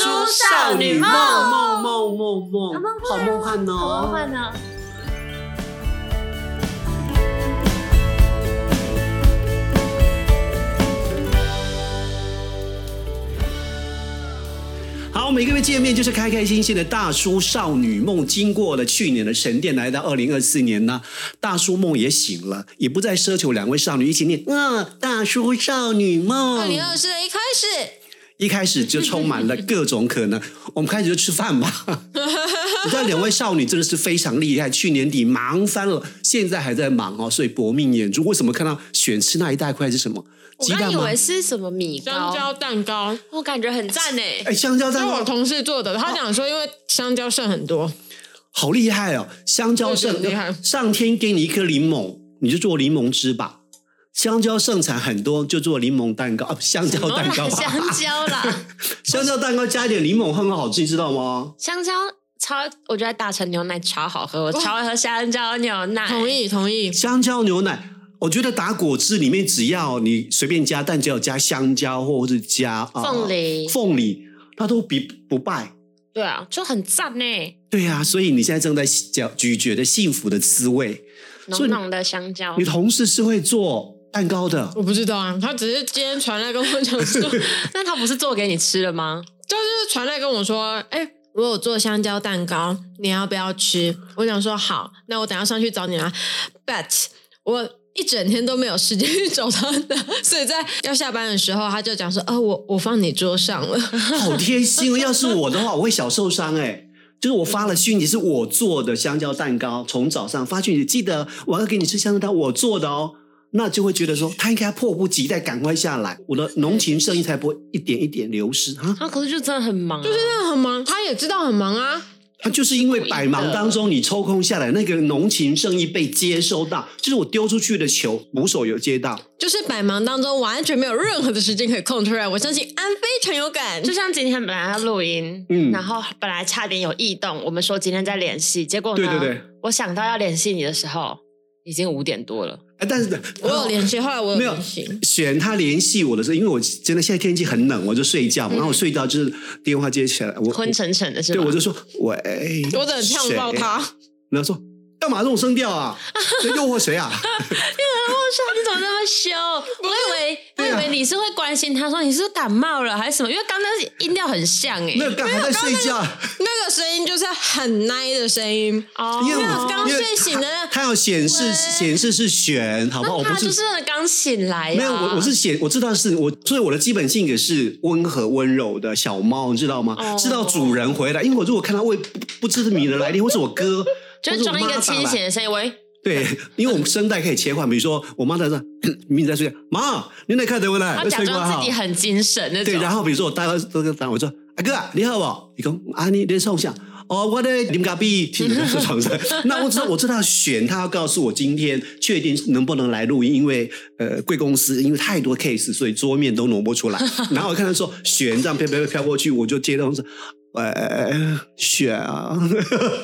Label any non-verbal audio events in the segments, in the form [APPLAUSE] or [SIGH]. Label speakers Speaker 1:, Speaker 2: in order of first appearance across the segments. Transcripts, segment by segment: Speaker 1: 少女梦
Speaker 2: 梦梦梦
Speaker 1: 好
Speaker 2: 梦
Speaker 1: 梦，
Speaker 2: 好
Speaker 1: 幻
Speaker 2: 梦幻
Speaker 1: 好梦
Speaker 2: 哦！
Speaker 1: 幻呢？
Speaker 2: 好，每个月见面就是开开心心的大叔少女梦。经过了去年的沉淀，来到二零二四年呢，大叔梦也醒了，也不再奢求两位少女一起念嗯，大叔少女梦。
Speaker 3: 二零二四的一开始，
Speaker 2: 一开始就
Speaker 3: [LAUGHS]
Speaker 2: 充满了各种可能。我们开始就吃饭吧。我知道两位少女真的是非常厉害，去年底忙翻了，现在还在忙哦，所以搏命演出。为什么看到选吃那一大块是什么？
Speaker 1: 我
Speaker 2: 鸡
Speaker 1: 刚
Speaker 2: 蛋
Speaker 1: 以
Speaker 2: 吗
Speaker 1: 为？是什么米
Speaker 4: 香
Speaker 1: 糕，
Speaker 4: 蕉蛋糕，
Speaker 1: 我感觉很赞诶。
Speaker 2: 哎，香蕉
Speaker 4: 这
Speaker 2: 蛋
Speaker 4: 是我
Speaker 2: 糕
Speaker 4: 同事做的。他讲说，因为香蕉剩很多，
Speaker 2: 好厉害哦！香蕉剩
Speaker 4: 对对很厉害
Speaker 2: 上天给你一颗柠檬，你就做柠檬汁吧。香蕉盛产很多，就做柠檬蛋糕啊，香蕉蛋糕吧。
Speaker 1: 香蕉啦，
Speaker 2: [LAUGHS] 香蕉蛋糕加一点柠檬很好吃，你知道吗？
Speaker 1: 香蕉超，我觉得大成牛奶超好喝，我
Speaker 2: 哦
Speaker 1: 超爱喝香蕉牛奶。
Speaker 4: 同意同意。
Speaker 2: 香蕉牛奶，我觉得打果汁里面只要你随便加，但只要加香蕉或者是加、呃
Speaker 1: 凤、梨
Speaker 2: 凤梨，它都比不败。
Speaker 1: 对啊，就很赞欸呢，
Speaker 2: 对呀、所以你现在正在嚼咀嚼着幸福的滋味。
Speaker 1: 浓
Speaker 2: 所以
Speaker 1: 浓的香蕉
Speaker 2: 你。同事是会做蛋糕的，
Speaker 4: 我不知道啊，他只是今天传来跟我讲说，
Speaker 1: 那他不是做给你吃了吗？
Speaker 4: 就是传来跟我说，哎、我有做香蕉蛋糕，你要不要吃？我想说好，那我等一下上去找你啦。But 我一整天都没有时间去找他的， [LAUGHS] 所以在要下班的时候，他就讲说，哦，我我放你桌上了。
Speaker 2: 好贴心哦！要是我的话，我会小受伤哎、就是我发了讯息，是我做的香蕉蛋糕，从早上发讯息，记得我要给你吃香蕉蛋糕，我做的哦。那就会觉得说，他应该迫不及待，赶快下来，我的浓情盛意才不会一点一点流失 [LAUGHS] 啊！
Speaker 1: 他可是就真的很忙啊，就是
Speaker 4: 真的很忙，他也知道很忙啊。
Speaker 2: 他就是因为百忙当中你抽空下来，那个浓情盛意被接收到，就是我丢出去的球，捕手有接到。
Speaker 4: 就是百忙当中完全没有任何的时间可以空出来。我相信安非常有感，
Speaker 1: 就像今天本来要录音，
Speaker 2: 嗯
Speaker 1: 然后本来差点有异动，我们说今天再联系，结果呢，
Speaker 2: 对对对，
Speaker 1: 我想到要联系你的时候，已经五点多了。
Speaker 2: 哎，但是
Speaker 4: 我有联系，后来我有
Speaker 2: 没有
Speaker 4: 联系。
Speaker 2: 选他联系我的时候，因为我真的现在天气很冷，我就睡觉嘛，
Speaker 4: 嗯
Speaker 2: 然后我睡觉就是电话接起来，我
Speaker 1: 昏沉沉的是
Speaker 2: 对
Speaker 1: 吗？
Speaker 2: 我就说喂，
Speaker 4: 我真的呛爆
Speaker 2: 谁，
Speaker 4: 他，
Speaker 2: 然后说干嘛这种声调啊？在诱
Speaker 1: [LAUGHS]
Speaker 2: 惑谁啊？
Speaker 1: 我说你怎么那么凶？我以为我
Speaker 2: 对啊
Speaker 1: 以为你是会关心他说你是不是感冒了还是什么，因为刚刚那音调很像哎、
Speaker 2: 没有，干嘛在睡觉？
Speaker 4: 那个声音就是很奶的声音。
Speaker 1: 哦
Speaker 2: 因为我
Speaker 4: 我刚
Speaker 2: 因为
Speaker 4: 睡醒的
Speaker 2: 他要显示
Speaker 4: 喂
Speaker 2: 显示是选，好不好？我
Speaker 1: 那
Speaker 2: 不
Speaker 1: 他就是刚醒来、啊，
Speaker 2: 没有，我我是写，我知道是我，所以我的基本性格是温和温柔的小猫，你知道吗？
Speaker 1: 哦
Speaker 2: 知道主人回来，因为我如果看到未不不知名的来电，或是我哥，
Speaker 1: 就是 [LAUGHS]
Speaker 2: 或我
Speaker 1: 装一个
Speaker 2: 妈打
Speaker 1: 清
Speaker 2: 来
Speaker 1: 醒的声音，喂，
Speaker 2: 对，因为我们声带可以切换，比如说我妈在 [COUGHS] 这，明明在睡觉，妈，你哪看得回来？
Speaker 1: 他
Speaker 2: 在
Speaker 1: 假
Speaker 2: 哎睡觉
Speaker 1: 装
Speaker 2: 哈
Speaker 1: 自己很精神那种。
Speaker 2: 对，然后比如说我大哥这个单，我说阿哥啊，你好不？你讲啊，你你送下。哦，我的林咖啡停在床上。 [LAUGHS] 那我知道，我知道选他要告诉我今天确定能不能来录音，因为呃贵公司因为太多 case，所以桌面都挪不出来。 [LAUGHS] 然后我看他说选这样飘飘飘飘过去，我就接到说，呃选啊， [LAUGHS]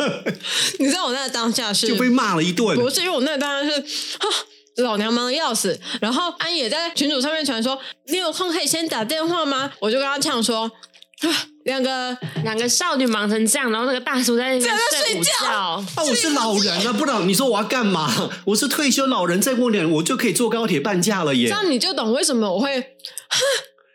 Speaker 4: 你知道我那当下是
Speaker 2: 就被骂了一顿。
Speaker 4: 不是因为我那当然是啊，老娘忙的要死。然后安也在群组上面传说，你有空可以先打电话吗？我就跟他呛说，啊，两个
Speaker 1: 两个少女忙成这样，然后那个大叔在那边
Speaker 4: 在睡
Speaker 1: 午觉。
Speaker 2: 啊，我是老人啊，不然你说我要干嘛？ [LAUGHS] 我是退休老人，再过两年我就可以坐高铁半价了耶。
Speaker 4: 这样你就懂为什么我会啊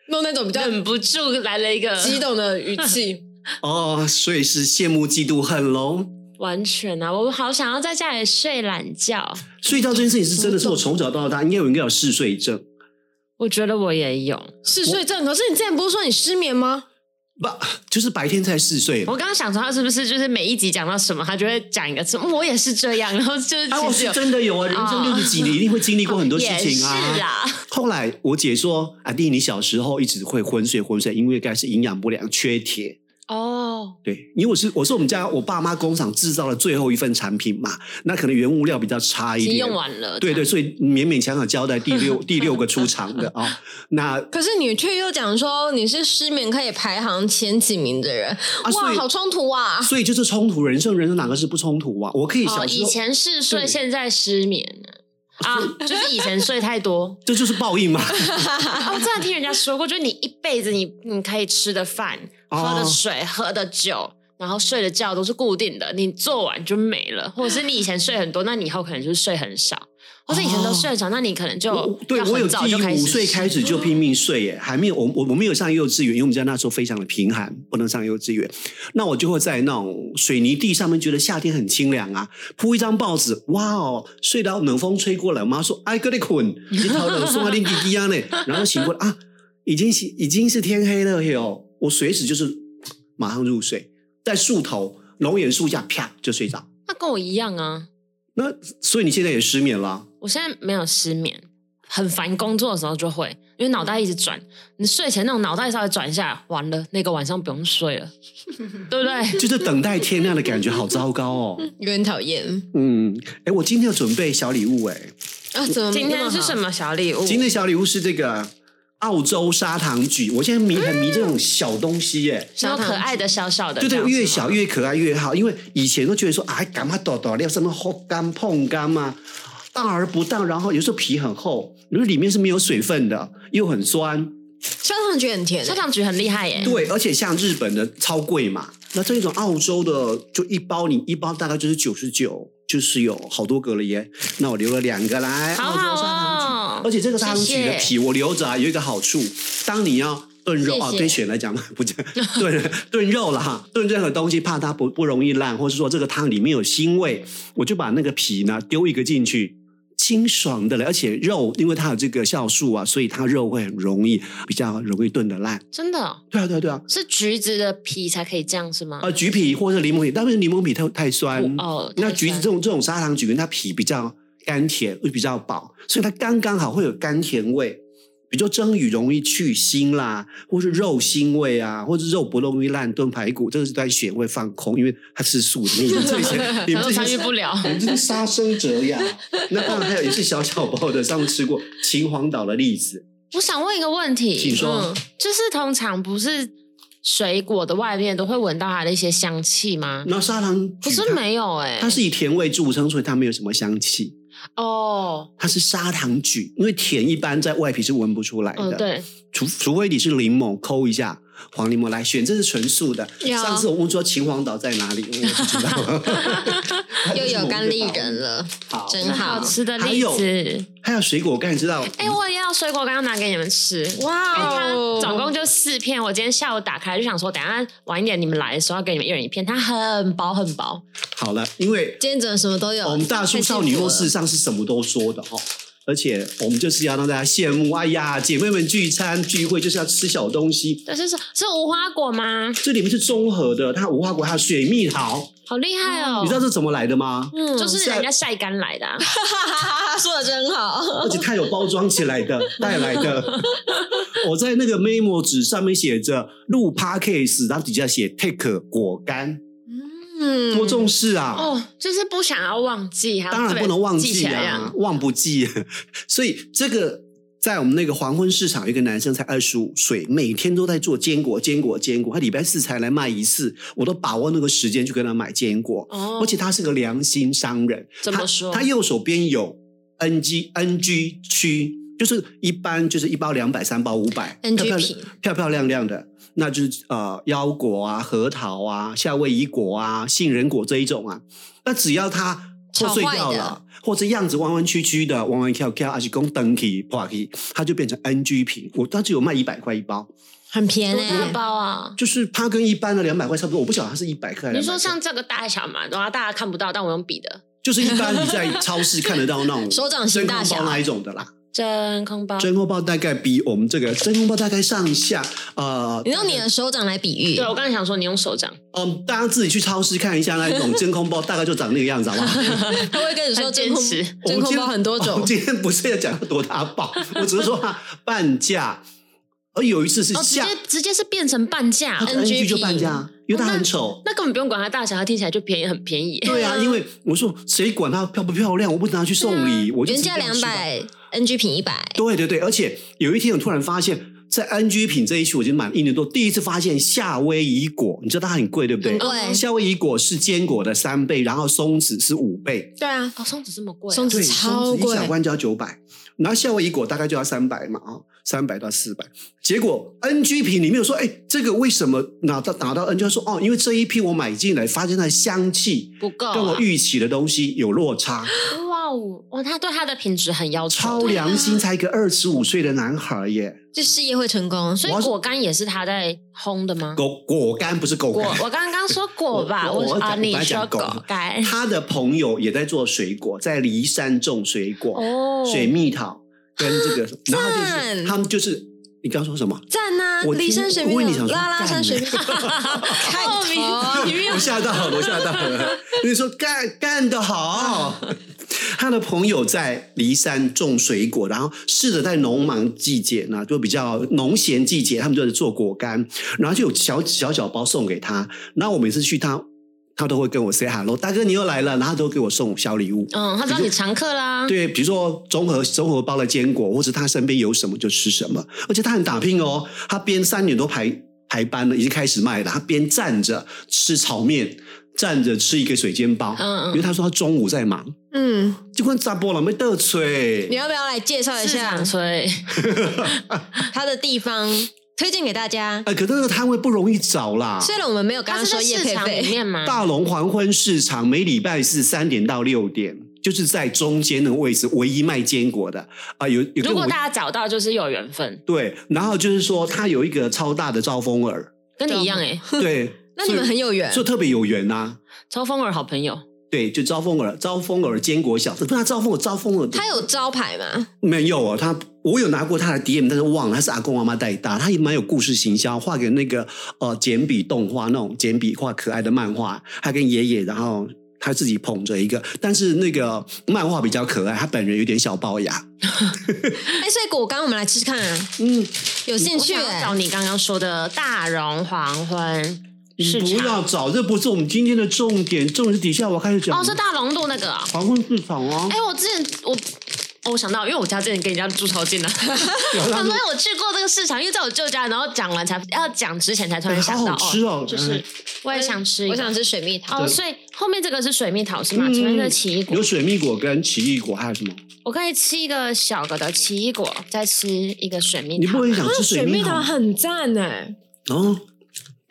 Speaker 4: 弄那种比较
Speaker 1: 忍不住来了一个，
Speaker 4: 激动的语气。
Speaker 2: 哦，所以是羡慕、嫉妒、恨喽。
Speaker 1: 完全啊！我好想要在家里睡懒觉，
Speaker 2: 睡觉这件事情是真的是我从小到大应该有人该有嗜睡症，
Speaker 1: 我觉得我也有。
Speaker 4: 嗜睡症，可是你之前不是说你失眠吗？
Speaker 2: 不就是白天才嗜睡？
Speaker 1: 我刚刚想说，他是不是就是每一集讲到什么，他就会讲一个什么，我也是这样，然后就是
Speaker 2: 啊，
Speaker 1: 其
Speaker 2: 我
Speaker 1: 实
Speaker 2: 是
Speaker 1: 有、哦
Speaker 2: 真的有啊，人生六十几年一定会经历过很多事情
Speaker 1: 也是
Speaker 2: 啊。
Speaker 1: 啦，
Speaker 2: 后来我姐说，阿弟你小时候一直会昏睡昏睡，因为该是营养不良、缺铁。
Speaker 1: 哦，
Speaker 2: 对，因为我是我是我们家我爸妈工厂制造的最后一份产品嘛，那可能原物料比较差
Speaker 1: 已
Speaker 2: 一
Speaker 1: 经
Speaker 2: 点，
Speaker 1: 用完了，
Speaker 2: 对对，所以勉勉强强交代第
Speaker 1: [LAUGHS]
Speaker 2: 六第六个出场的啊、那
Speaker 4: 可是你却又讲说你是失眠可以排行前几名的人，
Speaker 2: 所
Speaker 4: 哇，
Speaker 2: 以
Speaker 4: 好冲突啊！
Speaker 2: 所以就是冲突，人生人生哪个是不冲突啊？我可以
Speaker 1: 哦，
Speaker 2: 小时
Speaker 1: 以
Speaker 2: 候、
Speaker 1: 前嗜睡，
Speaker 2: 对
Speaker 1: 现在失眠了啊，就是以前睡太多。
Speaker 2: 这就是
Speaker 1: [LAUGHS]
Speaker 2: 报应嘛。
Speaker 1: 啊，我真的听人家说过，就是你一辈子你你可以吃的饭、喝的
Speaker 2: 哦
Speaker 1: 水、喝的酒，然后睡的觉都是固定的，你做完就没了。或者是你以前睡很多，那你以后可能就是睡很少，或者以前都睡很少，那你可能就
Speaker 2: 我哦对
Speaker 1: 要
Speaker 2: 我有
Speaker 1: 很
Speaker 2: 记
Speaker 1: 早
Speaker 2: 忆，
Speaker 1: 就开始
Speaker 2: 五岁开始就拼命睡耶，还没有我我我没有上幼稚园，因为我们家那时候非常的贫寒，不能上幼稚园。那我就会在那种水泥地上面，觉得夏天很清凉啊，铺一张报纸，哇哦，睡到冷风吹过来，我妈说：“哎，哥
Speaker 1: [LAUGHS]
Speaker 2: 你困，你头冷，送我拎滴滴啊呢。”然后醒过来啊，已经是已经是天黑了哟，我随时就是马上入睡，在树头龙眼树下啪就睡着。
Speaker 1: 那跟我一样啊，
Speaker 2: 那所以你现在也失眠了啊、
Speaker 1: 我现在没有失眠，很烦工作的时候就会，因为脑袋一直转。你睡前那种脑袋稍微转一下，完了那个晚上不用睡
Speaker 2: [LAUGHS]
Speaker 1: 了，对不对？
Speaker 2: 就是等待天亮的感觉，好糟糕哦。
Speaker 4: 有点讨厌
Speaker 2: 嗯，哎，我今天有准备小礼物哎，
Speaker 1: 哦
Speaker 4: 啊！怎么
Speaker 1: 今天是什
Speaker 4: 么
Speaker 1: 么小礼物？
Speaker 2: 今天的小礼物是这个澳洲砂糖橘，我现在迷很迷这种小东西耶。
Speaker 1: 小可爱的小小的，
Speaker 2: 对对，
Speaker 1: 这样
Speaker 2: 越
Speaker 1: 子吗
Speaker 2: 小越可爱越好，因为以前都觉得说啊，干嘛朵朵料什么厚干碰干嘛，大而不当，然后有时候皮很厚，因为里面是没有水分的，又很酸。
Speaker 4: 好？砂糖橘很甜欸、
Speaker 1: 砂糖橘很厉害耶，
Speaker 2: 对，而且像日本的超贵嘛，那这种澳洲的就一包你一包大概就是九十九，就是有好多个了耶。那我留了两个来，
Speaker 1: 好
Speaker 2: 澳洲砂
Speaker 1: 好哦
Speaker 2: 糖橘，而且这个砂糖橘
Speaker 1: 谢
Speaker 2: 的皮我留着啊，有一个好处，当你要。炖肉
Speaker 1: 谢
Speaker 2: 啊，
Speaker 1: 谢
Speaker 2: 对选来讲不是 [LAUGHS] 炖炖肉了哈，炖任何东西怕它不不容易烂，或是说这个汤里面有腥味，我就把那个皮呢丢一个进去，清爽的了，而且肉因为它有这个酵素啊，所以它肉会很容易比较容易炖得烂。
Speaker 1: 真的哦
Speaker 2: 对啊，对啊，对啊，
Speaker 1: 是橘子的皮才可以这样是吗？
Speaker 2: 呃，橘皮或者柠檬皮，但是柠檬皮太太酸
Speaker 1: 不哦
Speaker 2: 嗯那
Speaker 1: 太
Speaker 2: 橘子
Speaker 1: 酸
Speaker 2: 这种这种砂糖橘，它皮比较甘甜，会比较薄，所以它刚刚好会有甘甜味。比如说蒸鱼容易去腥啦，或是肉腥味啊，或是肉不容易烂，炖排骨这个是在选会放空，因为它吃素的，你们这些
Speaker 1: [LAUGHS]
Speaker 2: 你
Speaker 1: 他
Speaker 2: 们
Speaker 1: 都
Speaker 2: 这
Speaker 1: 参与
Speaker 2: 些
Speaker 1: 不了。
Speaker 2: [LAUGHS] 我们这是杀生者呀。那当然还有也是小小包的，上次吃过秦皇岛的栗子，
Speaker 1: 我想问一个问题，
Speaker 2: 请说
Speaker 1: 嗯就是通常不是水果的外面都会闻到它的一些香气吗？
Speaker 2: 然后砂糖橘
Speaker 1: 可是
Speaker 2: 它
Speaker 1: 没有哎、
Speaker 2: 它是以甜味著称，所以它没有什么香气。
Speaker 1: 哦，
Speaker 2: 它是砂糖橘，因为甜一般在外皮是闻不出来
Speaker 4: 哦
Speaker 1: 嗯，
Speaker 2: 的，
Speaker 1: 对，
Speaker 2: 除除非你是柠檬抠一下黄柠檬来选，这是纯素的。
Speaker 4: 呀
Speaker 2: 上次我问说秦皇岛在哪里，我不知道，
Speaker 4: [LAUGHS]
Speaker 2: [LAUGHS]
Speaker 4: 又有甘
Speaker 2: 丽
Speaker 4: 丽人。了，
Speaker 2: [LAUGHS] 好，
Speaker 4: 真好
Speaker 1: 好吃的
Speaker 2: 还
Speaker 1: 栗
Speaker 2: 有
Speaker 1: 子。
Speaker 2: 还有水果干，你知道？
Speaker 1: 哎、我也要水果，刚刚拿给你们吃。
Speaker 4: 哇
Speaker 1: 它
Speaker 4: 哦！
Speaker 1: 哎总共就四片，我今天下午打开就想说，等一下晚一点你们来的时候要给你们一人一片，它很薄很薄。
Speaker 2: 好了，因为
Speaker 4: 今天怎么什么都有？
Speaker 2: 哦我们大叔少女梦事实
Speaker 4: 是
Speaker 2: 上是什么都说的哈。而且我们就是要让大家羡慕，哎呀，姐妹们聚餐聚会就是要吃小东西，
Speaker 1: 这是是是无花果吗？
Speaker 2: 这里面是综合的，它无花果还有水蜜桃，
Speaker 1: 好厉害哦！
Speaker 2: 你知道这怎么来的吗？
Speaker 4: 嗯，
Speaker 1: 就是是人家晒干来的、啊，
Speaker 4: 说的真好，
Speaker 2: [LAUGHS] 而且它有包装起
Speaker 1: [LAUGHS]
Speaker 2: 来的带来的。 [LAUGHS] 我在那个 memo 纸上面写着录 podcast，然后底下写 take 果干，
Speaker 4: 嗯，
Speaker 2: 多重视啊！
Speaker 1: 哦，就是不想要忘记，还要
Speaker 2: 当然
Speaker 1: 特别
Speaker 2: 不能忘
Speaker 1: 记
Speaker 2: 记
Speaker 1: 起来
Speaker 2: 啊
Speaker 1: 呀，
Speaker 2: 忘不记。 [LAUGHS] 所以这个在我们那个黄昏市场，有一个男生才二十五岁，每天都在做坚果、坚果、坚果。他礼拜四才来卖一次，我都把握那个时间去跟他买坚果。
Speaker 1: 哦
Speaker 2: 而且他是个良心商人，
Speaker 1: 怎么说
Speaker 2: 他？他右手边有 NG NG 区，就是一般就是一包两百、三包五百
Speaker 4: NG
Speaker 2: 漂漂
Speaker 4: 品
Speaker 2: 漂漂亮亮的，那就是呃腰果啊、核桃啊、夏威夷果啊、杏仁果这一种啊。那只要它破碎掉
Speaker 4: 炒坏
Speaker 2: 了
Speaker 4: 的，
Speaker 2: 或者样子弯弯曲曲的、弯弯翘翘，而且拱灯体破体，它就变成 NG 品。我它只有卖一百块一包，
Speaker 4: 很欸便
Speaker 1: 多
Speaker 4: 宜、
Speaker 1: 大包啊？
Speaker 2: 就是它跟一般的两百块差不多。我不晓得它是一百块，
Speaker 1: 你说
Speaker 2: 200块
Speaker 1: 像这个大小嘛，然后大家看不到，但我用笔的
Speaker 2: 就是一般你在超市看得到那种
Speaker 4: [LAUGHS] 手掌心大小
Speaker 2: 真空包那一种的啦。
Speaker 1: 真空包，
Speaker 2: 真空包大概比我们这个真空包大概上下，呃，
Speaker 4: 你用你的手掌来比喻
Speaker 1: 对，啊我刚才想说你用手掌，
Speaker 2: 嗯，大家自己去超市看一下那种真空包，大概就长那个样子，好不
Speaker 4: [LAUGHS]
Speaker 2: 好？
Speaker 4: 他会跟你说
Speaker 1: 很
Speaker 4: 真
Speaker 1: 坚
Speaker 4: 空
Speaker 1: 持
Speaker 4: 真
Speaker 2: 我
Speaker 4: 空
Speaker 2: 今天
Speaker 4: 包很多种
Speaker 2: 我，哦今天不是要讲多大
Speaker 4: [LAUGHS]
Speaker 2: 包，我只是说它半价。而有一次是
Speaker 1: 哦，直
Speaker 2: 下、
Speaker 1: 接直接是变成半价哦
Speaker 2: 它，NG 就半价，因为它很
Speaker 4: 哦
Speaker 2: 丑。
Speaker 1: 那根本不用管它大小，它听起来就便宜，很便宜。
Speaker 2: 对
Speaker 4: 嗯
Speaker 2: 啊，因为我说谁管它漂不漂亮，我不拿去送礼，我就
Speaker 4: 啊原价
Speaker 2: 直接
Speaker 4: 两
Speaker 2: 吃吧
Speaker 4: 百，NG 品一百，
Speaker 2: 对对对，而且有一天我突然发现，在安居品这一区，我已经满一年多，第一次发现夏威夷果，你知道它很贵，对
Speaker 1: 嗯
Speaker 2: 不对？
Speaker 3: 很
Speaker 4: 嗯
Speaker 3: 贵
Speaker 2: 夏威夷果是坚果的三倍，然后松子是五倍，
Speaker 4: 对啊，
Speaker 1: [LAUGHS] 哦，松子这么贵啊、
Speaker 4: 松子
Speaker 2: 对，
Speaker 4: 超
Speaker 2: 松子一
Speaker 4: 贵，
Speaker 2: 小罐就要九百，然后夏威夷果大概就要三百嘛，啊，三百到四百。结果 NG 品里面有说，哎，这个为什么拿到拿到 NG？他说哦，因为这一批我买进来，发现它的香气
Speaker 1: 不
Speaker 4: 哦
Speaker 1: 够、啊，
Speaker 2: 跟我预期的东西有落差，
Speaker 1: 哇哦，哇，他对他的品质很要求，
Speaker 2: 超良心，才一个二十五岁的男孩耶，
Speaker 4: 这事业会成功。
Speaker 1: 所以果干也是他在烘的吗？
Speaker 2: 果果干不是狗
Speaker 1: 果
Speaker 2: 干，，
Speaker 1: [LAUGHS] 我刚刚说果吧，
Speaker 2: 我我我
Speaker 1: 啊，
Speaker 2: 讲
Speaker 1: 你
Speaker 2: 我本来
Speaker 1: 说
Speaker 2: 讲狗
Speaker 1: 果干
Speaker 2: 他的朋友也在做水果，在离山种水果，
Speaker 1: 哦，
Speaker 2: 水蜜桃跟这个，然后就是
Speaker 4: 赞
Speaker 2: 他们就是你刚说什么？
Speaker 4: 赞啊呐、
Speaker 2: 我
Speaker 4: 骊山水
Speaker 2: 我
Speaker 4: 蜜
Speaker 2: 问你想
Speaker 4: 桃，
Speaker 2: 说
Speaker 4: 拉拉
Speaker 2: 干
Speaker 4: 山水蜜桃，
Speaker 2: [LAUGHS]
Speaker 4: 开头啊
Speaker 2: 我吓到了，我吓到了。你说干干得好，他的朋友在骊山种水果，然后试着在农忙季节呢，就比较农闲季节，他们就是做果干，然后就有小小小包送给他。然后我每次去他，他都会跟我 say hello，大哥你又来了，然后他都给我送小礼物。
Speaker 1: 嗯，他知道你常客啦，
Speaker 2: 对，比如说综合综合包的坚果，或者他身边有什么就吃什么，而且他很打拼哦，他边三点多排排班了，已经开始卖了，他边站着吃炒面，站着吃一个水煎包，
Speaker 1: 嗯嗯
Speaker 2: 因为他说他中午在忙，
Speaker 4: 嗯，
Speaker 2: 就跟砸波了没得
Speaker 4: 你
Speaker 2: 吹，
Speaker 4: 要不要来介绍一
Speaker 1: 市
Speaker 4: 下
Speaker 1: 场吹，
Speaker 4: 它的地方，推荐给大家？
Speaker 2: 哎，可是那个摊位不容易找啦。
Speaker 4: 虽然我们没有刚
Speaker 1: 他
Speaker 4: 刚
Speaker 1: 是
Speaker 4: 说
Speaker 1: 在
Speaker 4: 叶
Speaker 1: 市
Speaker 4: 培
Speaker 1: 场里
Speaker 4: 费，，
Speaker 1: 面吗？
Speaker 2: 大龙黄昏市场每礼拜是三点到六点，就是在中间那个位置，唯一卖坚果的啊，有有
Speaker 1: 如
Speaker 2: 跟我
Speaker 1: 果大家找到，就是有缘分，
Speaker 2: 对，然后就是说他有一个超大的招风耳，
Speaker 1: 跟你一样哎，
Speaker 2: 对
Speaker 4: 那你们
Speaker 2: 所以
Speaker 4: 很有缘
Speaker 2: 就特别有缘呐、啊
Speaker 1: 抽风儿好朋友，
Speaker 2: 对，就招风耳，招风耳坚果小，不是他招风耳，招风耳
Speaker 4: 它有招牌吗？
Speaker 2: 没有啊？他我有拿过他的 DM，但是忘了他是阿公阿妈带大，他也蛮有故事行销，画给那个呃简笔动画那种简笔画可爱的漫画，他跟爷爷，然后他自己捧着一个，但是那个漫画比较可爱，他本人有点小龅牙，
Speaker 4: 哎，所以果干我们来吃吃看啊，
Speaker 2: 嗯，
Speaker 4: 有兴
Speaker 1: 我
Speaker 4: 趣、
Speaker 1: 想要
Speaker 4: 欸
Speaker 1: 找？你刚刚说的大荣黄昏市
Speaker 2: 嗯不
Speaker 1: 场，
Speaker 2: 要找，这不是我们今天的重点，重点底下我开始讲
Speaker 1: 哦，是大龙路那个啊，
Speaker 2: 黄昏市场哦
Speaker 1: 哎、，我之前我。哦，我想到，因为我家之前跟人家住超近的，
Speaker 2: [LAUGHS] 有
Speaker 1: 他说
Speaker 2: 他
Speaker 1: 哎
Speaker 2: 们
Speaker 1: 我去过这个市场，因为在我舅家，然后讲完才要讲之前才突然想到，
Speaker 2: 哎好好吃哦
Speaker 1: 就是
Speaker 2: 嗯
Speaker 1: 我也想吃一个，
Speaker 4: 我想吃水蜜桃，
Speaker 1: 哦，所以后面这个是水蜜桃是吗？前面这个奇异果
Speaker 2: 嗯有，水蜜果跟奇异果，还有什么？
Speaker 1: 我可以吃一个小个的奇异果，再吃一个水蜜
Speaker 2: 你
Speaker 1: 桃
Speaker 2: 不，会想吃水蜜桃？
Speaker 4: 很赞哎、
Speaker 1: 欸
Speaker 2: 哦，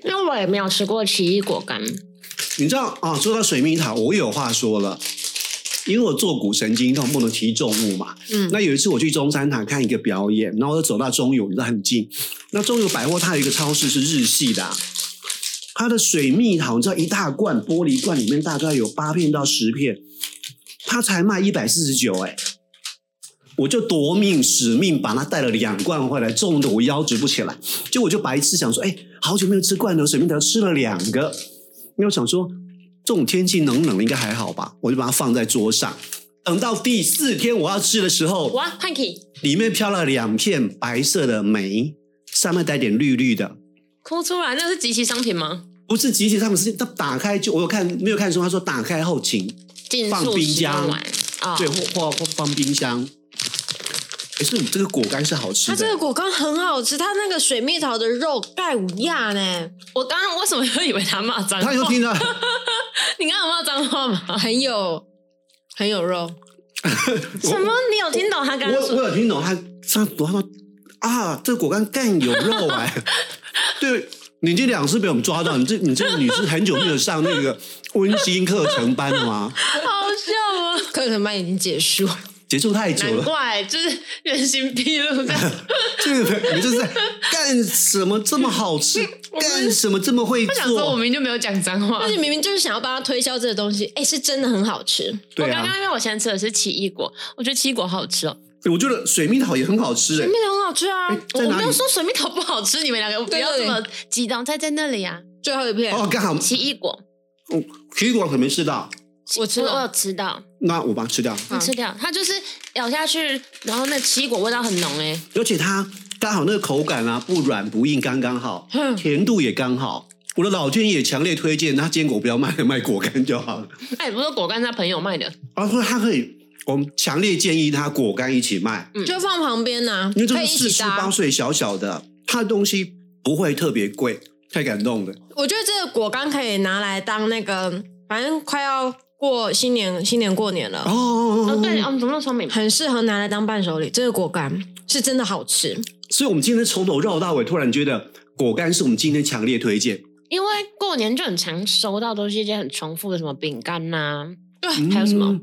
Speaker 1: 因为我也没有吃过奇异果干，
Speaker 2: 你知道啊？说到水蜜桃，我有话说了。因为我坐骨神经痛，不能提重物嘛。
Speaker 4: 嗯
Speaker 2: 那有一次我去中山堂看一个表演，然后我就走到中友，你知道很近。那中友百货它有一个超市是日系的、啊，它的水蜜桃，你知道一大罐玻璃罐里面大概有八片到十片，它才卖一百四十九，哎，我就夺命使命把它带了两罐回来，重的我腰直不起来。就我就白痴想说，哎，好久没有吃罐头水蜜桃，吃了两个，因为我想说这种天气冷冷的应该还好吧，我就把它放在桌上。等到第四天我要吃的时候，
Speaker 1: 哇，Hanky
Speaker 2: 里面飘了两片白色的梅，上面带点绿绿的，
Speaker 1: 哭出来，那是集齐商品吗？
Speaker 2: 不是集体上的事情，他打开就我有看没有看书，他说打开后请、
Speaker 1: 进
Speaker 2: 放
Speaker 1: 速
Speaker 2: 冰
Speaker 1: 食
Speaker 2: 箱
Speaker 1: 玩啊，
Speaker 2: 对或或或放冰箱。可是你这个果干是好吃
Speaker 4: 它
Speaker 2: 的，
Speaker 4: 这个果干很好吃，它那个水蜜桃的肉盖五亚呢，
Speaker 1: 我刚刚为什么会以为他骂脏话？
Speaker 2: 他又
Speaker 4: [LAUGHS]
Speaker 2: 听到
Speaker 1: [LAUGHS] 你刚刚有骂脏话吗？
Speaker 4: 很有很
Speaker 1: [LAUGHS]
Speaker 4: 有肉。
Speaker 1: 什么？你有听懂他刚刚
Speaker 2: 我
Speaker 1: 说？
Speaker 2: 我有听懂他他他说啊，这个果干干有肉
Speaker 4: [LAUGHS]
Speaker 2: 哎、对。你这两次被我们抓到，你这你这个女是很久没有上那个温馨课程班了啊吗？
Speaker 1: 好笑啊！
Speaker 4: 课程班已经结束，
Speaker 2: 结束太久
Speaker 1: 难
Speaker 2: 了，
Speaker 1: 怪就是原形毕露
Speaker 2: [LAUGHS]
Speaker 1: 这样。
Speaker 2: 这个你就是在干什么这么好吃，干什么这么会
Speaker 1: 我想说，我
Speaker 2: 做？
Speaker 1: 明明就没有讲脏话
Speaker 4: 但。是明明就是想要帮他推销这个东西，哎、是真的很好吃。
Speaker 1: 我
Speaker 2: 对
Speaker 1: 刚
Speaker 2: 啊
Speaker 1: 刚，因为我先吃的是奇异果，我觉得奇异果好好吃哦。
Speaker 2: 我觉得水蜜桃也很好吃、
Speaker 1: 哎
Speaker 2: 欸
Speaker 4: 水蜜，桃很好吃啊！
Speaker 1: 我
Speaker 2: 在哪
Speaker 1: 没
Speaker 2: 里
Speaker 1: 有说水蜜桃不好吃，你们两个不
Speaker 4: 对
Speaker 1: 要
Speaker 4: 对
Speaker 1: 这
Speaker 4: 对
Speaker 1: 么激动，在在那里啊。
Speaker 4: 最后一片，
Speaker 2: 哦，刚好
Speaker 1: 奇异果，
Speaker 2: 奇异果可没吃到，
Speaker 4: 我吃
Speaker 1: 我我
Speaker 4: 了，
Speaker 1: 有吃到，
Speaker 2: 那我把它吃掉。
Speaker 1: 你吃掉，它就是咬下去，然后那奇异果味道很浓哎、
Speaker 2: 而且它刚好那个口感啊，不软不硬，刚刚好，甜度也刚好。我的老天也强烈推荐，它坚果不要卖，卖果干就好了。
Speaker 1: 哎，不是果干是他朋友卖的，
Speaker 2: 啊，所以它可以我们强烈建议他果干一起卖，
Speaker 4: 就放旁边呐、
Speaker 2: 因为这
Speaker 4: 可
Speaker 2: 是
Speaker 4: 以一
Speaker 2: 四
Speaker 4: 起
Speaker 2: 十八
Speaker 4: 搭。
Speaker 2: 岁小小的，他的东西不会特别贵，太感动了。
Speaker 4: 我觉得这个果干可以拿来当那个，反正快要过新年，新年过年了，
Speaker 2: 哦哦
Speaker 1: 哦，
Speaker 2: 哦
Speaker 1: 对，
Speaker 2: 哦，
Speaker 1: 我们怎么那么聪明？
Speaker 4: 很适合拿来当伴手礼。这个果干是真的好吃，
Speaker 2: 所以我们今天从头绕到尾，突然觉得果干是我们今天强烈推荐。
Speaker 1: 因为过年就很常收到都是一些很重复的什么饼干呐、
Speaker 4: 对
Speaker 1: 还有什么
Speaker 2: 嗯？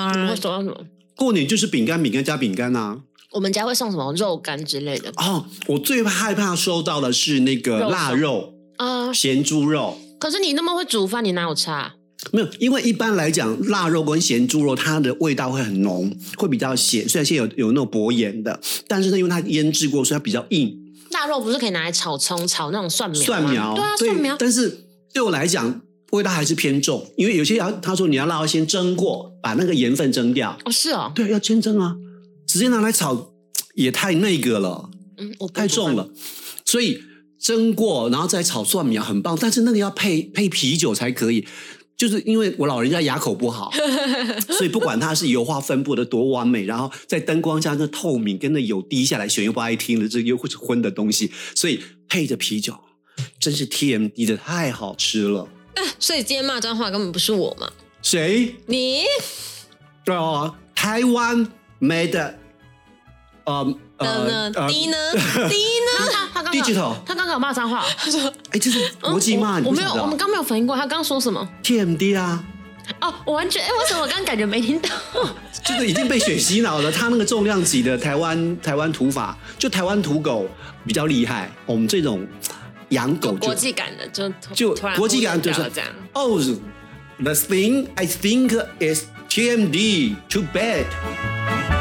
Speaker 4: 啊、
Speaker 1: 我会收到什么？
Speaker 2: 过年就是饼干，饼干加饼干呐、
Speaker 1: 我们家会送什么肉干之类的
Speaker 2: 哦，我最害怕收到的是那个
Speaker 1: 肉
Speaker 2: 腊
Speaker 1: 松
Speaker 2: 肉、
Speaker 1: 啊、
Speaker 2: 咸猪肉。
Speaker 1: 可是你那么会煮饭，你哪有差、
Speaker 2: 没有，因为一般来讲，腊肉跟咸猪肉它的味道会很浓，会比较咸。虽然现在有有那种薄盐的，但是呢，因为它腌制过，所以它比较硬。
Speaker 1: 腊肉不是可以拿来炒葱、炒那种蒜苗吗？
Speaker 2: 蒜苗，
Speaker 1: 对啊，蒜苗。
Speaker 2: 但是对我来讲，味道还是偏重，因为有些要他说你要腊肉先蒸过，把那个盐分蒸掉。
Speaker 1: 哦，是哦，
Speaker 2: 对，要先蒸啊，直接拿来炒也太那个了，
Speaker 1: 嗯，我不
Speaker 2: 太重。了。所以蒸过，然后再炒蒜苗很棒，但是那个要配配啤酒才可以。就是因为我老人家牙口
Speaker 1: [LAUGHS]
Speaker 2: 不好，所以不管它是油画分布的多完美，然后在灯光下那透明跟那油滴下来，血又不爱听的，这又会是荤的东西，所以配着啤酒，真是 TMD 的太好吃了。
Speaker 4: 所以今天骂脏话根本不是我嘛，
Speaker 2: 谁？
Speaker 4: 你
Speaker 2: 对哦，台湾 made，呃
Speaker 4: 的呢？
Speaker 2: 呃
Speaker 4: 低
Speaker 2: [LAUGHS]
Speaker 4: 呢？低呢？
Speaker 1: 他啊他他刚刚
Speaker 2: ，digital，
Speaker 1: 他刚刚有骂脏话，
Speaker 2: 哎，这是
Speaker 1: 嗯
Speaker 2: 国际骂，你
Speaker 1: 我我
Speaker 2: 不
Speaker 1: 没
Speaker 2: 晓
Speaker 1: 有，
Speaker 2: 得
Speaker 1: 我
Speaker 2: 啊
Speaker 1: 们刚没有反应过，他刚说什么？
Speaker 2: TMD 啊，
Speaker 1: 哦，我完全，哎，为什么我刚感觉没听到？
Speaker 2: 这个已经被血洗脑了。他那个重量级的台湾台湾土法，就台湾土狗比较厉害，我们这种养狗就
Speaker 1: 国际感的，就突
Speaker 2: 就
Speaker 1: 突然
Speaker 2: 国际感就
Speaker 1: 忽
Speaker 2: 是
Speaker 1: 略掉了这样。
Speaker 2: 哦，the thing I think is TMD too bad。